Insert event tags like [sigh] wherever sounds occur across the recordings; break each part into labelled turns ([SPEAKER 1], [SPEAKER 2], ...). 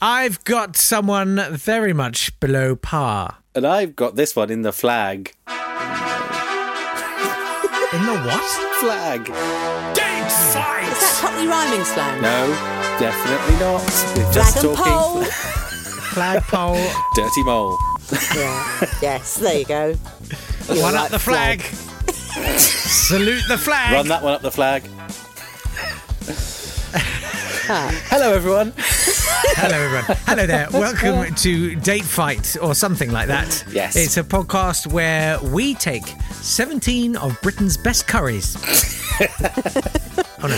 [SPEAKER 1] I've got someone very much below par.
[SPEAKER 2] And I've got this one in the flag.
[SPEAKER 1] In the what?
[SPEAKER 2] Flag.
[SPEAKER 3] Game
[SPEAKER 4] Is that
[SPEAKER 3] fight!
[SPEAKER 4] properly rhyming slang?
[SPEAKER 2] No, definitely not. We're just
[SPEAKER 4] Dragon
[SPEAKER 2] talking
[SPEAKER 4] pole.
[SPEAKER 2] [laughs]
[SPEAKER 1] Flagpole.
[SPEAKER 2] dirty mole.
[SPEAKER 4] yeah. Yes. There you go. You're
[SPEAKER 1] One
[SPEAKER 4] right,
[SPEAKER 1] up the flag. Salute the flag.
[SPEAKER 2] Run that one up the flag. Hello, everyone.
[SPEAKER 1] Hello, everyone. Hello
[SPEAKER 2] [laughs]
[SPEAKER 1] there. Welcome to Date Fight or something like that.
[SPEAKER 2] Yes.
[SPEAKER 1] It's a podcast where we take 17 of Britain's best
[SPEAKER 2] [laughs]
[SPEAKER 1] curries. oh, no.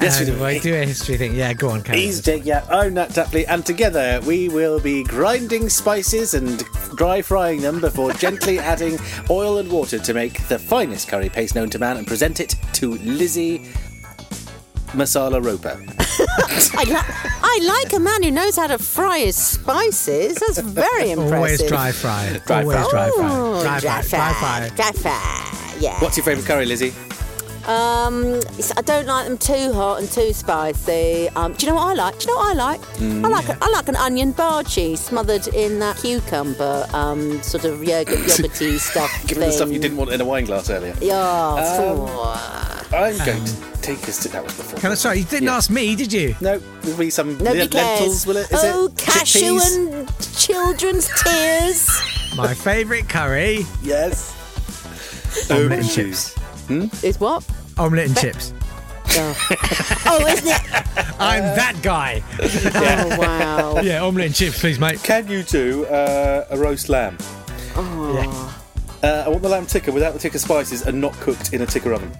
[SPEAKER 2] Yes, we do.
[SPEAKER 1] I do a history thing. Yeah, go on, Karen.
[SPEAKER 2] He's Jake Yap, I'm Nat Tapley, and together we will be grinding spices and dry frying them before gently adding oil and water to make the finest curry paste known to man and present it to Lizzie Masala Roper.
[SPEAKER 4] I, li- I like a man who knows how to fry his spices. That's very impressive.
[SPEAKER 1] Always dry fry.
[SPEAKER 2] Dry
[SPEAKER 1] Always
[SPEAKER 2] fry. Oh,
[SPEAKER 1] dry
[SPEAKER 4] Ooh,
[SPEAKER 1] fry. Dry fry. Dry
[SPEAKER 4] fry.
[SPEAKER 1] fry.
[SPEAKER 4] Dry fry. Yeah.
[SPEAKER 2] What's your favourite curry, Lizzie?
[SPEAKER 4] Um, it's- I don't like them too hot and too spicy. Um, do you know what I like? Do you know what I like? I like a, I like an onion bhaji smothered in that cucumber um, sort of yogurt yogurty stuff.
[SPEAKER 2] Given the stuff you
[SPEAKER 4] thing.
[SPEAKER 2] didn't want in a wine glass earlier.
[SPEAKER 4] Yeah.
[SPEAKER 2] Um,
[SPEAKER 4] phew.
[SPEAKER 2] I'm going to take us to that was before.
[SPEAKER 1] Um, Can I, sorry, you didn't
[SPEAKER 2] Yeah.
[SPEAKER 1] ask me, did you?
[SPEAKER 2] No, there'll be some
[SPEAKER 4] Nobody
[SPEAKER 2] le-
[SPEAKER 4] cares.
[SPEAKER 2] lentils, will it? Is
[SPEAKER 4] oh,
[SPEAKER 2] it?
[SPEAKER 4] cashew
[SPEAKER 2] Chickpeas?
[SPEAKER 4] and children's tears.
[SPEAKER 1] My favourite curry.
[SPEAKER 2] Yes. Um,
[SPEAKER 1] Omelette and chips.
[SPEAKER 4] Is what?
[SPEAKER 1] Omelette and chips.
[SPEAKER 4] Oh, Oh, isn't it?
[SPEAKER 1] I'm
[SPEAKER 4] Uh.
[SPEAKER 1] that guy.
[SPEAKER 4] [laughs] Oh, wow.
[SPEAKER 1] Yeah, omelette and chips, please, mate.
[SPEAKER 2] Can you do uh, a roast lamb? Uh, I want the lamb ticker without the ticker spices and not cooked in a ticker oven.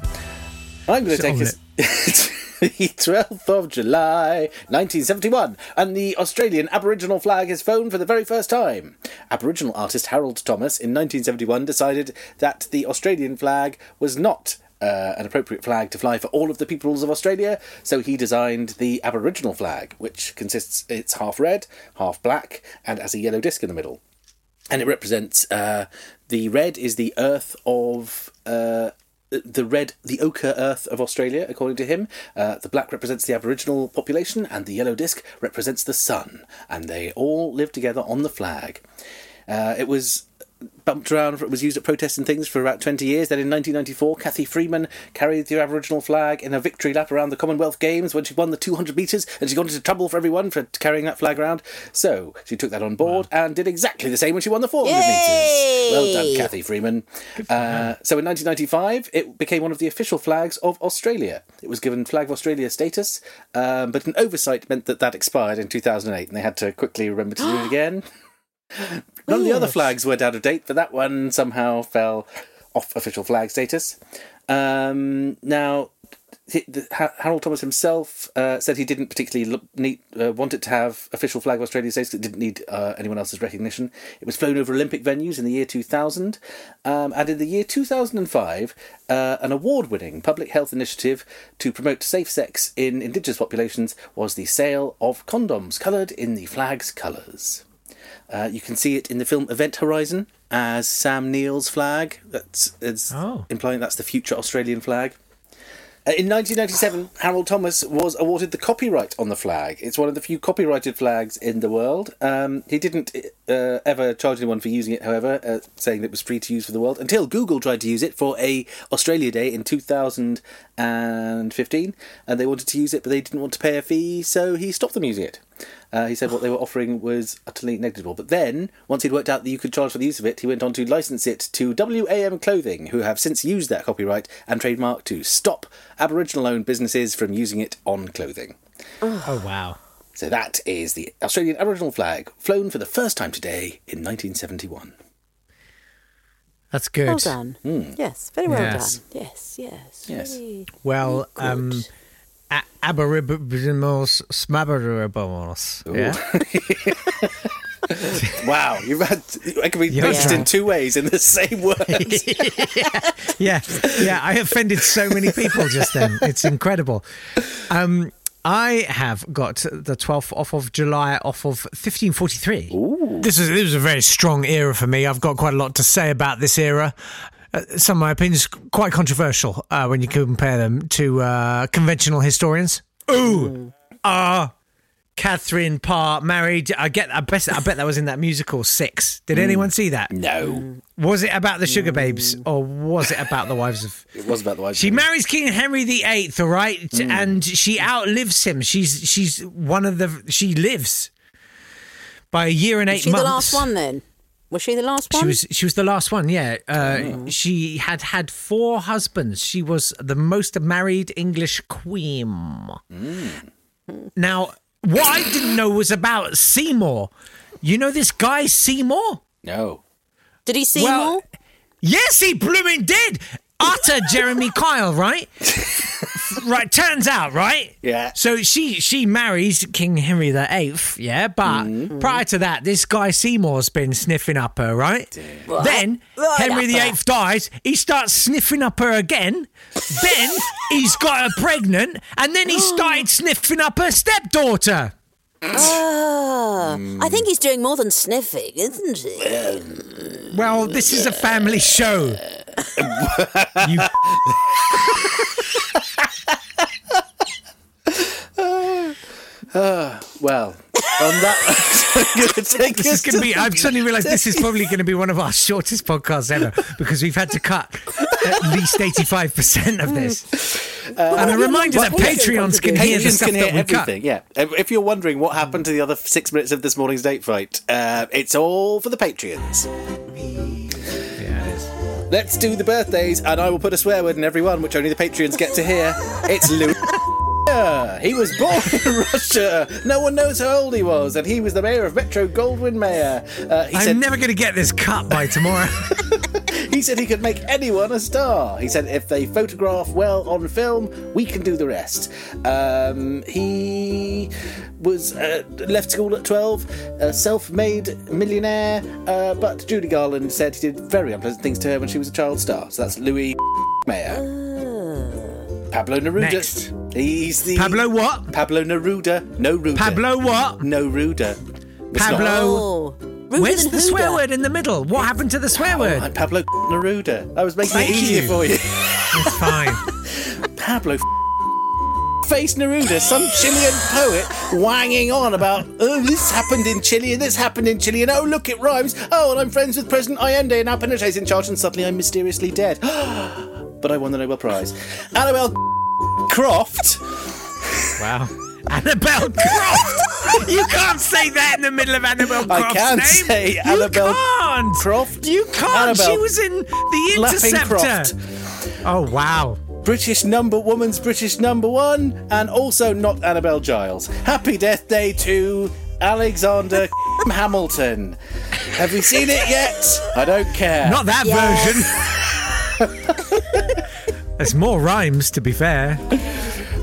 [SPEAKER 2] I'm going
[SPEAKER 1] It's
[SPEAKER 2] to take us. [laughs] the 12th of July, 1971, and the Australian Aboriginal flag is flown for the very first time. Aboriginal artist Harold Thomas in 1971 decided that the Australian flag was not uh, an appropriate flag to fly for all of the peoples of Australia, so he designed the Aboriginal flag, which consists it's half red, half black, and has a yellow disc in the middle and it represents uh, the red is the earth of uh, the red the ochre earth of Australia, according to him. Uh, the black represents the Aboriginal population, and the yellow disc represents the sun, and they all live together on the flag. Uh, it was bumped around. It was used at protests and things for about 20 years. Then in 1994, Kathy Freeman carried the Aboriginal flag in a victory lap around the Commonwealth Games when she won the 200 metres and she got into trouble for everyone for carrying that flag around. So she took that on board and did exactly the same when she won the 400 metres. Well done,
[SPEAKER 4] Yay!
[SPEAKER 2] Kathy Freeman. Uh, so in 1995, it became one of the official flags of Australia. It was given Flag of Australia status, um, but an oversight meant that that expired in 2008 and they had to quickly remember to do it again. None of the other flags went out of date, but that one somehow fell off official flag status. Um, now, he- the- Ha- Harold Thomas himself uh, said he didn't particularly lo- need, uh, want it to have official flag of Australia status. 'cause It didn't need uh, anyone else's recognition. It was flown over Olympic venues in the year 2000, um, and in the year 2005, uh, an award-winning public health initiative to promote safe sex in indigenous populations was the sale of condoms coloured in the flag's colours. Uh, you can see it in the film Event Horizon as Sam Neill's flag. That's it's
[SPEAKER 1] Oh.
[SPEAKER 2] implying that's the future Australian flag. Uh, In 1997, Harold Thomas was awarded the copyright on the flag. It's one of the few copyrighted flags in the world. Um, he didn't uh, ever charge anyone for using it, however, uh, saying that it was free to use for the world until Google tried to use it for a Australia Day in 2015, and they wanted to use it, but they didn't want to pay a fee, so he stopped them using it. Uh, he said what they were offering was utterly negligible. But then, once he'd worked out that you could charge for the use of it, he went on to license it to WAM Clothing, who have since used that copyright and trademark to stop Aboriginal owned businesses from using it on clothing.
[SPEAKER 1] Oh, wow.
[SPEAKER 2] So that is the Australian Aboriginal flag, flown for the first time today in 1971.
[SPEAKER 1] That's good. Hmm.
[SPEAKER 4] Well done. Yes, very well
[SPEAKER 1] Yes.
[SPEAKER 4] done. Yes, yes.
[SPEAKER 2] Yes.
[SPEAKER 4] really
[SPEAKER 1] Well,
[SPEAKER 4] good.
[SPEAKER 1] um, a- aboribimos smaboribimos. Yeah.
[SPEAKER 2] Wow, you've had I can be
[SPEAKER 1] Yeah.
[SPEAKER 2] pitched in two ways in the same word.
[SPEAKER 1] [laughs]
[SPEAKER 2] [laughs]
[SPEAKER 1] yeah, yeah. I offended so many people just then. It's incredible. Um, I have got the 12th off of July off of 1543. This was, this was a very strong era for me. I've got quite a lot to say about this era. Uh, some of my opinions quite controversial uh, when you compare them to uh, conventional historians. Ooh, ah, Catherine Parr married. I get. I bet. I bet that was in that musical Six. Did anyone see that?
[SPEAKER 2] No,
[SPEAKER 1] Was it about the sugar babes or was it about the wives of?
[SPEAKER 2] it was about the wife.
[SPEAKER 1] Mm. [laughs] She marries King Henry VIII, all right, and she outlives him. She's she's one of the. She lives by a year and eight
[SPEAKER 4] Was she
[SPEAKER 1] months.
[SPEAKER 4] the last one then? Was she the last one?
[SPEAKER 1] She was she was the last one. Yeah, uh,
[SPEAKER 4] Oh.
[SPEAKER 1] she had had four husbands. She was the most married English queen.
[SPEAKER 4] Mm.
[SPEAKER 1] Now, what I didn't know was about Seymour. You know this guy Seymour?
[SPEAKER 2] No.
[SPEAKER 4] Did he see
[SPEAKER 1] Well-
[SPEAKER 4] more?
[SPEAKER 1] Yes, he blooming did. Utter Jeremy Kyle, right? [laughs] right, turns out, right?
[SPEAKER 2] Yeah.
[SPEAKER 1] So she she marries King Henry the Eighth, yeah. But prior to that, this guy Seymour's been sniffing up her, right? Then
[SPEAKER 4] Right
[SPEAKER 1] Henry
[SPEAKER 4] up
[SPEAKER 1] the
[SPEAKER 4] her.
[SPEAKER 1] Eighth dies. He starts sniffing up her again. then he's got her pregnant, and then he started sniffing up her stepdaughter.
[SPEAKER 4] Ah,
[SPEAKER 1] Hmm.
[SPEAKER 4] I think he's doing more than sniffing, isn't he?
[SPEAKER 1] Well, this is a family show. you
[SPEAKER 2] Well, [laughs] on that, I'm going to take
[SPEAKER 1] This is
[SPEAKER 2] us
[SPEAKER 1] going to be.
[SPEAKER 2] the-
[SPEAKER 1] I've suddenly realised this is probably going to be one of our shortest podcasts ever because we've had to cut at least eighty-five percent of this.
[SPEAKER 2] Uh,
[SPEAKER 1] and a reminder that
[SPEAKER 4] but-
[SPEAKER 1] Patreons can hear the
[SPEAKER 2] Patrons
[SPEAKER 1] stuff
[SPEAKER 2] can hear
[SPEAKER 1] that we
[SPEAKER 2] everything. Yeah. If if you're wondering what happened to the other six minutes of this morning's date fight, uh, it's all for the Patreons.
[SPEAKER 1] cut. Yeah, it is.
[SPEAKER 2] Let's do the birthdays, and I will put a swear word in every one, which only the Patreons get to hear. It's [laughs] Louis. He was born in Russia. No one knows how old he was, and he was the mayor of Metro Goldwyn Mayer. Uh, he
[SPEAKER 1] I'm
[SPEAKER 2] said
[SPEAKER 1] never going to get this cut by
[SPEAKER 2] [laughs]
[SPEAKER 1] tomorrow.
[SPEAKER 2] he said he could make anyone a star. He said if they photograph well on film, we can do the rest. Um, he was uh, left school at 12, a self-made millionaire, uh, but Judy Garland said he did very unpleasant things to her when she was a child star. So that's Louis [laughs] Mayer. Pablo Neruda.
[SPEAKER 1] Next.
[SPEAKER 2] He's the
[SPEAKER 1] Pablo what?
[SPEAKER 2] Pablo Neruda. No Ruda.
[SPEAKER 1] Pablo what?
[SPEAKER 2] No Ruda. It's not-
[SPEAKER 1] Pablo.
[SPEAKER 4] Oh, ruder
[SPEAKER 1] Where's
[SPEAKER 4] than
[SPEAKER 1] the swear
[SPEAKER 4] Huda.
[SPEAKER 1] word in the middle? What happened to the swear
[SPEAKER 2] Oh,
[SPEAKER 1] word?
[SPEAKER 2] I'm Pablo [laughs] Neruda. I was making
[SPEAKER 1] Thank
[SPEAKER 2] it easier
[SPEAKER 1] you.
[SPEAKER 2] for you.
[SPEAKER 1] It's fine.
[SPEAKER 2] Pablo Face Neruda, some Chilean poet, wanging on about, oh, this happened in Chile and this happened in Chile, and oh, look, it rhymes. Oh, and I'm friends with President Allende, and now Pinochet's in charge, and suddenly I'm mysteriously dead. [gasps] but I won the Nobel Prize. Annabel Croft.
[SPEAKER 1] Wow. Annabelle Croft. you can't say that in the middle of Annabelle Croft's
[SPEAKER 2] I can
[SPEAKER 1] name.
[SPEAKER 2] say
[SPEAKER 1] you
[SPEAKER 2] Annabelle
[SPEAKER 1] can't.
[SPEAKER 2] Croft.
[SPEAKER 1] You can't. She
[SPEAKER 2] Annabelle
[SPEAKER 1] was in The
[SPEAKER 2] Lapping
[SPEAKER 1] Interceptor.
[SPEAKER 2] Croft.
[SPEAKER 1] Oh wow.
[SPEAKER 2] British number woman's British number one, and also not Annabelle Giles. Happy Death Day to Alexander [laughs] Hamilton. Have we seen it yet? I don't care.
[SPEAKER 1] Not that
[SPEAKER 4] Yes.
[SPEAKER 1] version.
[SPEAKER 4] [laughs]
[SPEAKER 1] There's more rhymes, to be fair.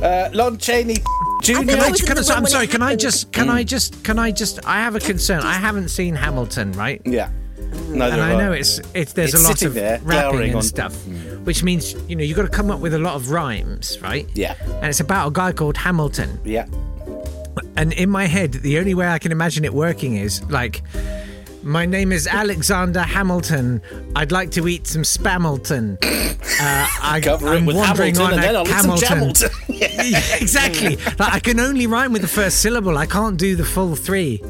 [SPEAKER 2] uh, Lon Chaney Jr.
[SPEAKER 1] Can I,
[SPEAKER 4] was in
[SPEAKER 1] can I,
[SPEAKER 4] the
[SPEAKER 1] so-
[SPEAKER 4] room
[SPEAKER 1] I'm
[SPEAKER 4] when it
[SPEAKER 1] sorry. Can I
[SPEAKER 4] happened.
[SPEAKER 1] just? Can I just? Can I just? I have a concern. I haven't seen Hamilton, right?
[SPEAKER 2] Yeah. Neither
[SPEAKER 1] And I
[SPEAKER 2] have
[SPEAKER 1] know it's it's there's
[SPEAKER 2] It's
[SPEAKER 1] a lot
[SPEAKER 2] sitting
[SPEAKER 1] of
[SPEAKER 2] there,
[SPEAKER 1] rapping
[SPEAKER 2] glowering
[SPEAKER 1] and
[SPEAKER 2] on- Mm.
[SPEAKER 1] stuff, which means you know you got to come up with a lot of rhymes, right?
[SPEAKER 2] Yeah.
[SPEAKER 1] And it's about a guy called Hamilton.
[SPEAKER 2] Yeah.
[SPEAKER 1] And in my head, the only way I can imagine it working is like, my name is Alexander Hamilton. I'd like to eat some
[SPEAKER 2] [laughs]
[SPEAKER 1] Spamilton. Uh, I,
[SPEAKER 2] Cover
[SPEAKER 1] I'm
[SPEAKER 2] it with
[SPEAKER 1] wandering on
[SPEAKER 2] Hamilton, and
[SPEAKER 1] a
[SPEAKER 2] then I'll eat some
[SPEAKER 1] Camilton. [laughs]
[SPEAKER 2] Jamilton. Yeah.
[SPEAKER 1] exactly. Like, I can only rhyme with the first syllable. I can't do the full three.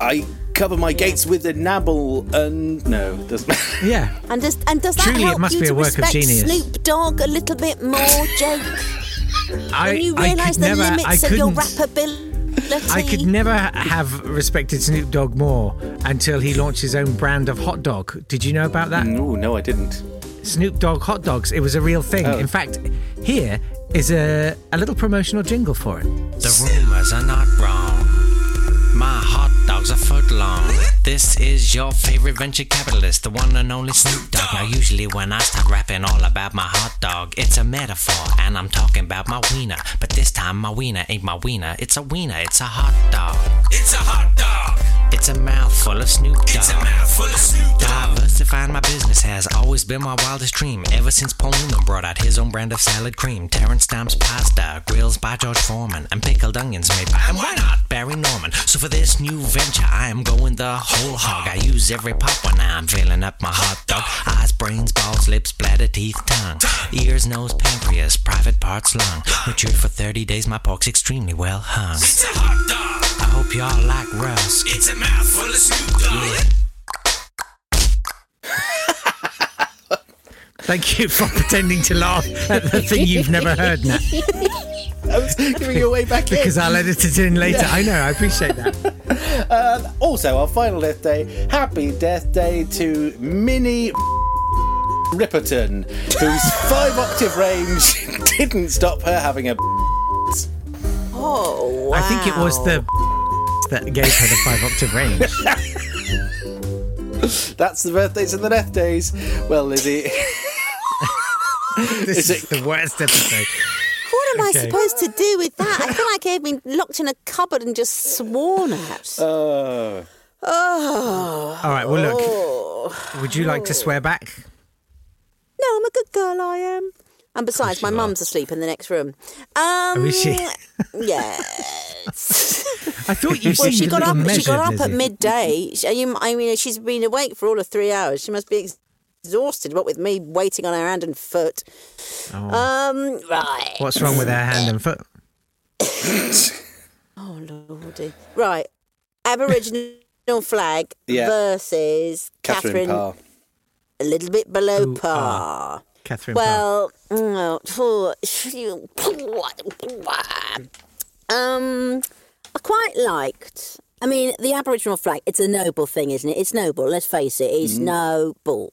[SPEAKER 2] I cover my gates with a nabble, and no, there's. [laughs]
[SPEAKER 1] Yeah.
[SPEAKER 4] And does and does that
[SPEAKER 1] Truly, it
[SPEAKER 4] help
[SPEAKER 1] must
[SPEAKER 4] you
[SPEAKER 1] be a
[SPEAKER 4] to
[SPEAKER 1] work of
[SPEAKER 4] respect
[SPEAKER 1] genius.
[SPEAKER 4] Snoop Dogg a little bit more, Jake?
[SPEAKER 1] I,
[SPEAKER 4] When you
[SPEAKER 1] I
[SPEAKER 4] realise
[SPEAKER 1] could
[SPEAKER 4] the
[SPEAKER 1] never, I
[SPEAKER 4] limits of
[SPEAKER 1] couldn't,
[SPEAKER 4] your rappability,
[SPEAKER 1] I could never have respected Snoop Dogg more until he launched his own brand of hot dog. Did you know about that?
[SPEAKER 2] no, no, I didn't.
[SPEAKER 1] Snoop Dogg hot dogs. It was a real thing.
[SPEAKER 3] Oh.
[SPEAKER 1] In fact, here is a, a little promotional jingle for it.
[SPEAKER 3] The rumors are not wrong. My hot dog's a foot long. This is your favorite venture capitalist, the one and only Snoop Dogg. Now, usually when I start rapping all about my hot dog, it's a metaphor, and I'm talking about my wiener. But this time, my wiener ain't my wiener, it's a wiener, it's a hot dog. It's a hot dog. It's a mouthful of Snoop Dogg. It's a mouthful of Snoop Dogg. Diversifying my business has always been my wildest dream. Ever since Paul Newman brought out his own brand of salad cream, Terrence Stamp's pasta, grills by George Foreman, and pickled onions made by, and why not, Barry Norman. So for this new venture, I am going the whole hog. I use every pop when I'm filling up my hot dog. Eyes, brains, balls, lips, bladder, teeth, tongue. Ears, nose, pancreas, private parts, lung. Matured for 30 days, my pork's extremely well hung. It's a hot dog. hope y'all like Russ. It's a mouthful of Snoop Dogg.
[SPEAKER 1] Thank you for pretending to laugh at the thing you've never heard, Nat,
[SPEAKER 2] I was giving you a way [laughs] back in.
[SPEAKER 1] because I'll edit it in later. I know, I appreciate that.
[SPEAKER 2] Also, our final death day, happy death day to Minnie Ripperton, whose [laughs] five octave range [laughs] didn't stop her having a. [laughs]
[SPEAKER 4] Oh, wow.
[SPEAKER 1] I think it was the that gave her the five octave range.
[SPEAKER 2] That's the birthdays and the death days. Well, Lizzie, [laughs]
[SPEAKER 1] This is, the worst episode.
[SPEAKER 4] What am
[SPEAKER 1] Okay.
[SPEAKER 4] I supposed to do with that? I [laughs] feel like I've been locked in a cupboard and just sworn at.
[SPEAKER 2] oh,
[SPEAKER 4] oh.
[SPEAKER 1] All right, well, look, would you like to swear back?
[SPEAKER 4] No, I'm a good girl, I am. And besides, my mum's asleep in the next room. Um,
[SPEAKER 1] Oh, is she? [laughs]
[SPEAKER 4] Yes.
[SPEAKER 1] I thought you
[SPEAKER 4] well,
[SPEAKER 1] seemed
[SPEAKER 4] she
[SPEAKER 1] a
[SPEAKER 4] got
[SPEAKER 1] little
[SPEAKER 4] up. She
[SPEAKER 1] measured,
[SPEAKER 4] got up
[SPEAKER 1] Lizzie.
[SPEAKER 4] at midday. She, you- I mean, she's been awake for all of three hours. She must be ex- exhausted. What with me waiting on her hand and foot.
[SPEAKER 1] Oh.
[SPEAKER 4] Um, right.
[SPEAKER 1] What's Uh, wrong with her hand and foot?
[SPEAKER 4] Oh lordy. Right. Aboriginal flag
[SPEAKER 2] Yeah.
[SPEAKER 4] versus
[SPEAKER 2] Catherine
[SPEAKER 4] Catherine.
[SPEAKER 2] Parr.
[SPEAKER 4] a little bit below
[SPEAKER 1] Who Ah,
[SPEAKER 4] par.
[SPEAKER 1] Catherine
[SPEAKER 4] Well, mm, no, phew, phew, phew, oh, [laughs] um, I quite liked. I mean, the Aboriginal flag, it's a noble thing, isn't it? It's noble, let's face it, it's
[SPEAKER 2] Mm-hmm.
[SPEAKER 4] noble.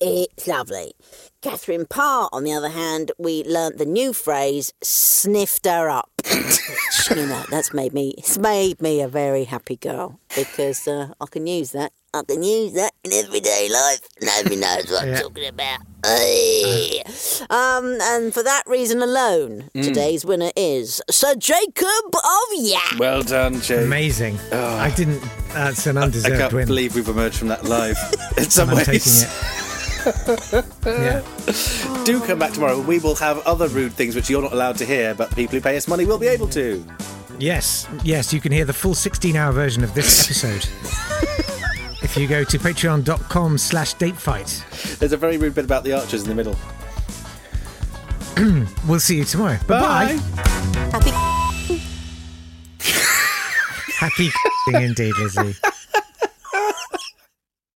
[SPEAKER 4] It's lovely. Catherine Parr, on the other hand, we learnt the new phrase, sniffed her up. [laughs] Which, you know, that's made me, it's made me a very happy girl because uh, I can use that. I can use that in everyday life. Nobody knows what
[SPEAKER 1] Yeah.
[SPEAKER 4] I'm talking about. Aye. Um, and for that reason alone, today's winner is Sir Jacob of Yak.
[SPEAKER 2] Well done, Jake.
[SPEAKER 1] Amazing. I didn't. That's an
[SPEAKER 2] I
[SPEAKER 1] undeserved
[SPEAKER 2] can't
[SPEAKER 1] win.
[SPEAKER 2] believe we've emerged from that [laughs] live. In some
[SPEAKER 1] I'm
[SPEAKER 2] ways,
[SPEAKER 1] taking it. yeah.
[SPEAKER 2] do come back tomorrow. We will have other rude things which you're not allowed to hear, but people who pay us money will be able to.
[SPEAKER 1] Yes, yes, you can hear the full 16-hour version of this episode. If you go to patreon.com slash datefight.
[SPEAKER 2] There's a very rude bit about the archers in the middle.
[SPEAKER 1] We'll see you tomorrow. Bye-bye.
[SPEAKER 4] Happy
[SPEAKER 1] Happy [laughs] indeed, Lizzie.